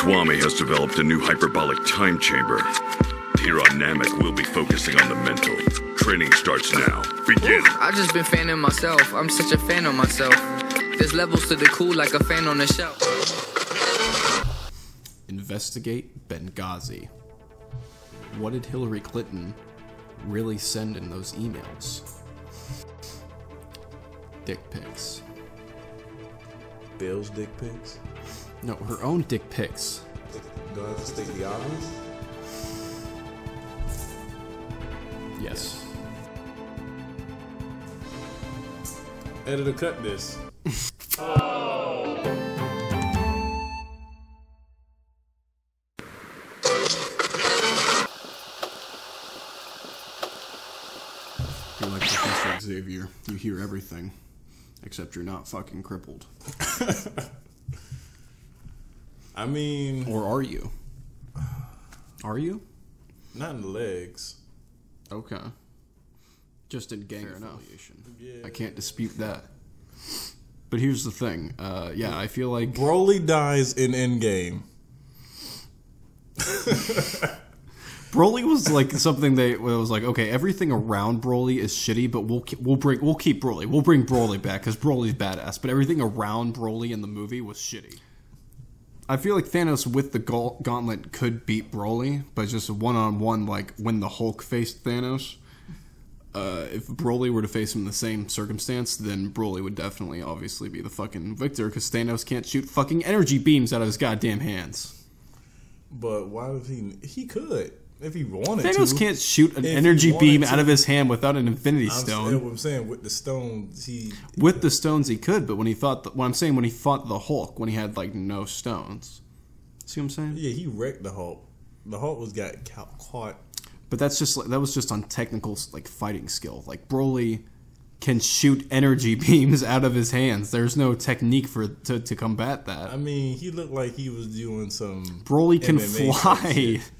Swami has developed a new hyperbolic time chamber. Here on Namek, we'll be focusing on the mental. Training starts now. Begin. I've just been fanning myself. I'm such a fan of myself. There's levels to the cool like a fan on a shelf. Investigate Benghazi. What did Hillary Clinton really send in those emails? Dick pics. Bill's dick pics. No, her own dick pics. Do I have to state the obvious? Yes. Editor, cut this. You're like Professor Xavier. You hear everything, except you're not fucking crippled. I mean, Or are you? Are you? not in the legs. Okay. Just in gang affiliation. I can't dispute that. But here's the thing. Uh, yeah, I feel like Broly dies in Endgame. Broly was like something they it was like, okay, everything around Broly is shitty, but we'll ke- we'll bring we'll keep Broly, we'll bring Broly back because Broly's badass. But everything around Broly in the movie was shitty. I feel like Thanos with the gaun- gauntlet could beat Broly, but just one on one, like when the Hulk faced Thanos. Uh, if Broly were to face him in the same circumstance, then Broly would definitely, obviously, be the fucking victor because Thanos can't shoot fucking energy beams out of his goddamn hands. But why would he? He could if he wanted to. Thanos can't shoot an If he energy wanted beam to. out of his hand without an Infinity I'm, Stone. that's What I'm saying with the stone, he With the stones, he could, but when he thought, the, what I'm saying, when he fought the Hulk, when he had like no stones, see what I'm saying? yeah he wrecked the Hulk. The Hulk was got ca- caught. But that's just like, that was just on technical like fighting skill. Like Broly can shoot energy beams out of his hands. There's no technique for to, to combat that. I mean, he looked like he was doing some. Broly can MMA type fly shit.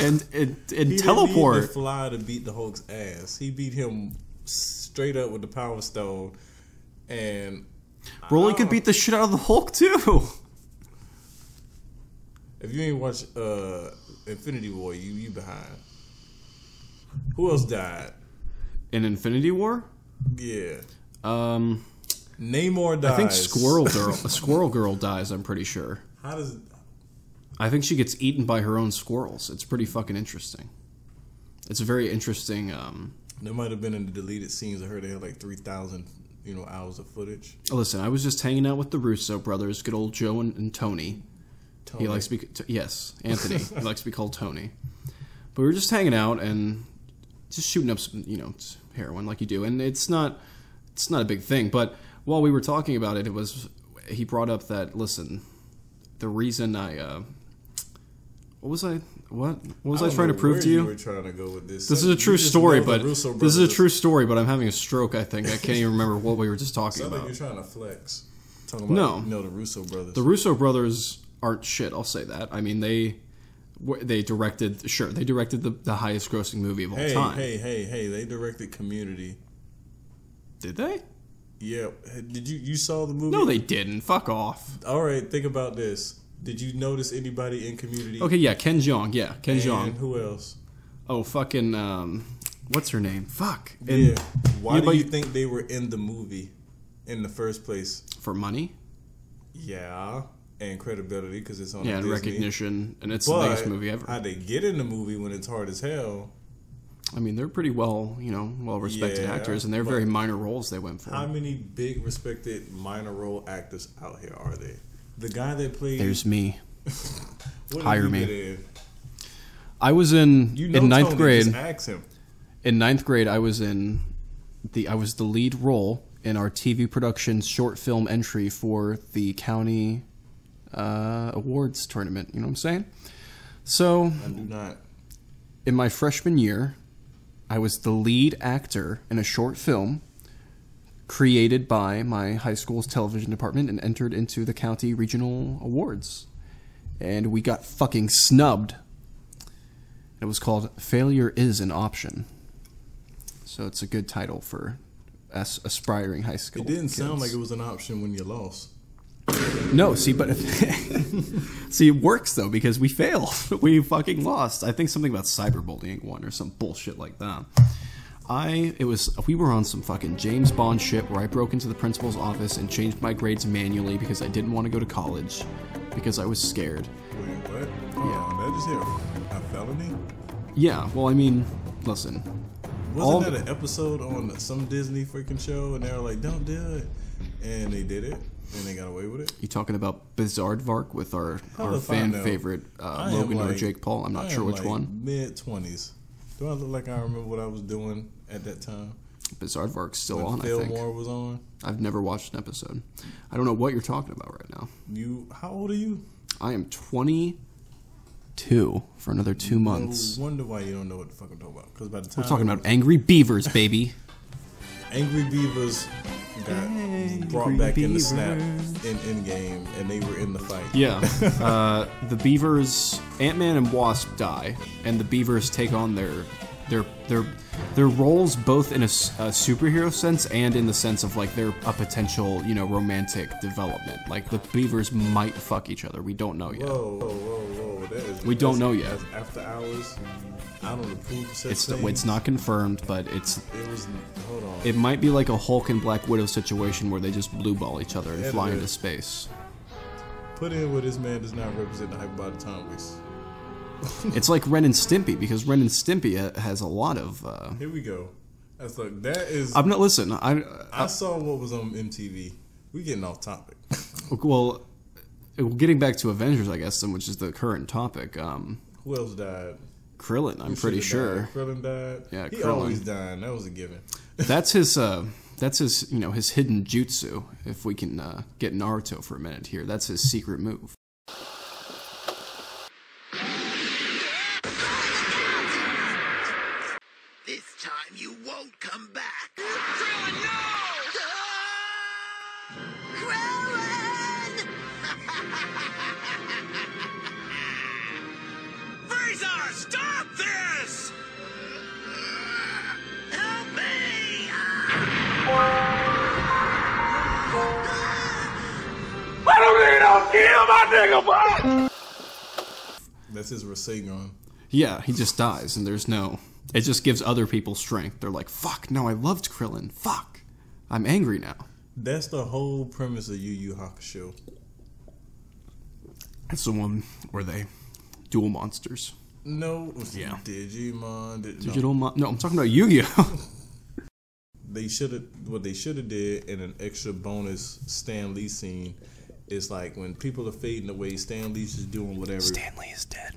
and and, He and Didn't need teleport. to fly to beat the Hulk's ass. He beat him straight up with the Power Stone, and Broly could beat the shit out of the Hulk too. If you ain't watch uh, Infinity War, you you behind. Who else died? In Infinity War, Yeah, um, Namor dies. I think Squirrel Girl, Squirrel Girl dies. I'm pretty sure. How does? I think she gets eaten by her own squirrels. It's pretty fucking interesting. It's a very interesting. Um, There might have been in the deleted scenes of her. They had like three thousand, you know, hours of footage. listen, I was just hanging out with the Russo brothers, good old Joe and, and Tony. Tony. He likes to be t- yes, Anthony. he likes to be called Tony. But we were just hanging out and just shooting up, some, you know, s- heroin like you do, and it's not it's not a big thing. But while we were talking about it, it was he brought up that listen, the reason I uh, what was I what what was I, don't trying to know prove where to you? were trying to go with this. This is You a true just story, know the but Russo this is a brothers. true story. But I'm having a stroke. I think I can't even remember what we were just talking Sound like about. you're trying to flex. Talking about, No. you know, the Russo brothers. The Russo brothers aren't shit. I'll say that. I mean, they wh- they directed sure they directed the, the highest grossing movie of all hey, time. hey, hey, hey! They directed Community. Did they? Yeah, did you you saw the movie? No, they didn't. Fuck off. All right, think about this. Did you notice anybody in Community? Okay, yeah, Ken Jeong. Yeah, Ken and Jeong. Who else? Oh, fucking um, what's her name? Fuck. And Yeah. Why Yeah, do but you you- think they were in the movie in the first place? For money. Yeah, and credibility because it's on Yeah, and Disney. recognition, and it's the But biggest movie ever. how they get in the movie when it's hard as hell? I mean, they're pretty well, you know, well respected Yeah, actors, and they're but- very minor roles they went for. How many big respected minor role actors out here are there? The guy that played There's me. what did Hire he Me. get in? I was in You know in ninth Tony, grade. Just ask him. in ninth grade, I was in the I was the lead role in our TV production short film entry for the county uh, awards tournament. You know what I'm saying? So I do not. in my freshman year, I was the lead actor in a short film created by my high school's television department and entered into the county regional awards. And we got fucking snubbed. It was called Failure is an Option. So it's a good title for as aspiring high school. It didn't Oh, kids. sound like it was an option when you lost. No, see, but see, it works though because we failed. We fucking lost. I think something about cyberbullying one or some bullshit like that. I it was we were on some fucking James Bond shit where I broke into the principal's office and changed my grades manually because I didn't want to go to college because I was scared. Wait, what? Yeah. Did I just hear a, a felony? Yeah, well, I mean, listen, Wasn't All- that an episode on some Disney freaking show? And they were like, "Don't do it," and they did it, and they got away with it. you talking about Bizardvark with our How our if I fan know? favorite uh, I am Logan or like- Jake Paul? I'm not I sure am which like one. Mid twenties. Do I look like I remember what I was doing at that time? Bizardvark's still When on. I think Fillmore was on. I've never watched an episode. I don't know what you're talking about right now. You, how old are you? I am 22 for another two months. No wonder why you don't know what the fuck I'm talking about. Because by the time We're talking about angry beavers, baby. Angry Beavers got brought back in the snap in Endgame, and they were in the fight. Yeah. Uh, the beavers, Ant Man and Wasp die, and the beavers take on their their their their roles both in a, s- a superhero sense and in the sense of like they're a potential you know romantic development. Like the beavers might fuck each other. We don't know yet. Whoa, whoa, whoa, whoa! That is. We don't that's- know yet. that's After hours, I don't approve such it's things. it's not confirmed, but it's It was. Hold on. it might be like a Hulk and Black Widow situation where they just blue ball each other and Yeah, fly dude. into space. Put in where this man does not represent the hyperbolic time waste. It's like Ren and Stimpy because Ren and Stimpy uh, has a lot of. Uh, Here we go. That's like that is. I'm not listen. I I saw what was on MTV. We getting off topic. well, getting back to Avengers, I guess, and which is the current topic. Um, Who else died? Krillin, I'm pretty Should've sure died. Krillin died. Yeah, he Krillin. always dying. That was a given. that's his. Uh, that's his. You know, his hidden jutsu. If we can uh, get Naruto for a minute here, that's his secret move. This time you won't come back. Krillin, no! Krillin! Frieza, stop this! Help me! That's his Rasengan. Yeah, he just dies, and there's no. It just gives other people strength. They're like, "Fuck! No, I loved Krillin. Fuck! I'm angry now." That's the whole premise of Yu Yu Hakusho. It's the one where they duel monsters. No, Yeah. Digimon. Did, no. Digital mon- No, I'm talking about Yu-Gi-Oh. They should have. What they should have did in an extra bonus Stan Lee scene is like when people are fading away. Stan Lee's just doing whatever. Stanley is dead.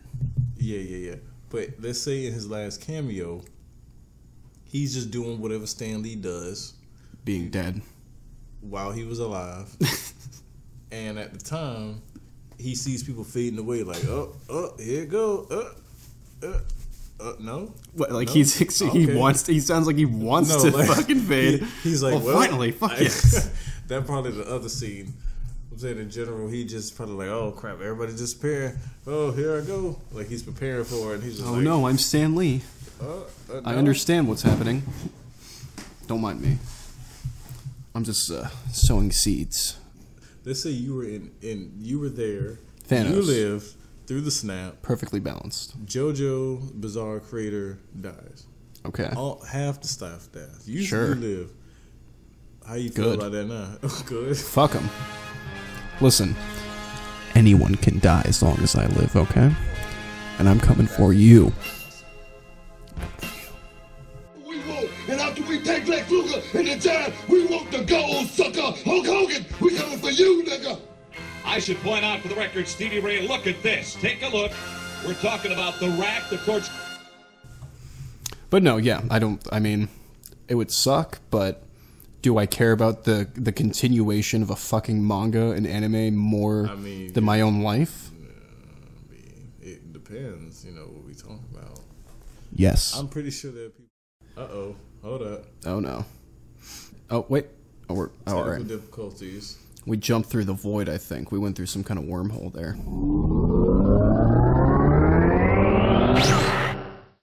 Yeah, yeah, yeah. But let's say in his last cameo, he's just doing whatever Stan Lee does Being dead. while he was alive. and at the time, he sees people fading away, like, oh, oh, here it go, uh, uh, uh, no. What, like No? he's he Okay. wants to, he sounds like he wants No, to like, fucking fade. he- he's like, Well, well, finally, fuck I- yes. that probably the other scene. I'm saying in general, he just probably like, oh crap, everybody disappear. Oh, here I go. Like he's preparing for it. And he's just oh like, no, I'm Stan Lee. "Oh, uh, I no." understand what's happening. Don't mind me. I'm just uh, sowing seeds. Let's say you were in, in you were there. Thanos. You lived through the snap. Perfectly balanced. JoJo Bizarre Creator dies. Okay. All half the staff dies. You Sure. you live. How you Good. feel about that now? Good. Fuck him. Listen, anyone can die as long as I live, okay? And I'm coming for you. We won't, and after we take Lex Luger in the time, we want the gold, sucker. Hulk Hogan, we coming for you, nigga. I should point out for the record, Stevie Ray, look at this. Take a look. We're talking about the rack, the torch. But no, yeah, I don't. I mean, it would suck, but do I care about the the continuation of a fucking manga and anime more I mean- than my own life? It depends. You know what we talking about. Yes. I'm pretty sure there are people. Uh oh. Hold up. oh no. Oh wait. Oh, we're, oh, all Technical right. difficulties. We jumped through the void. I think we went through some kind of wormhole there.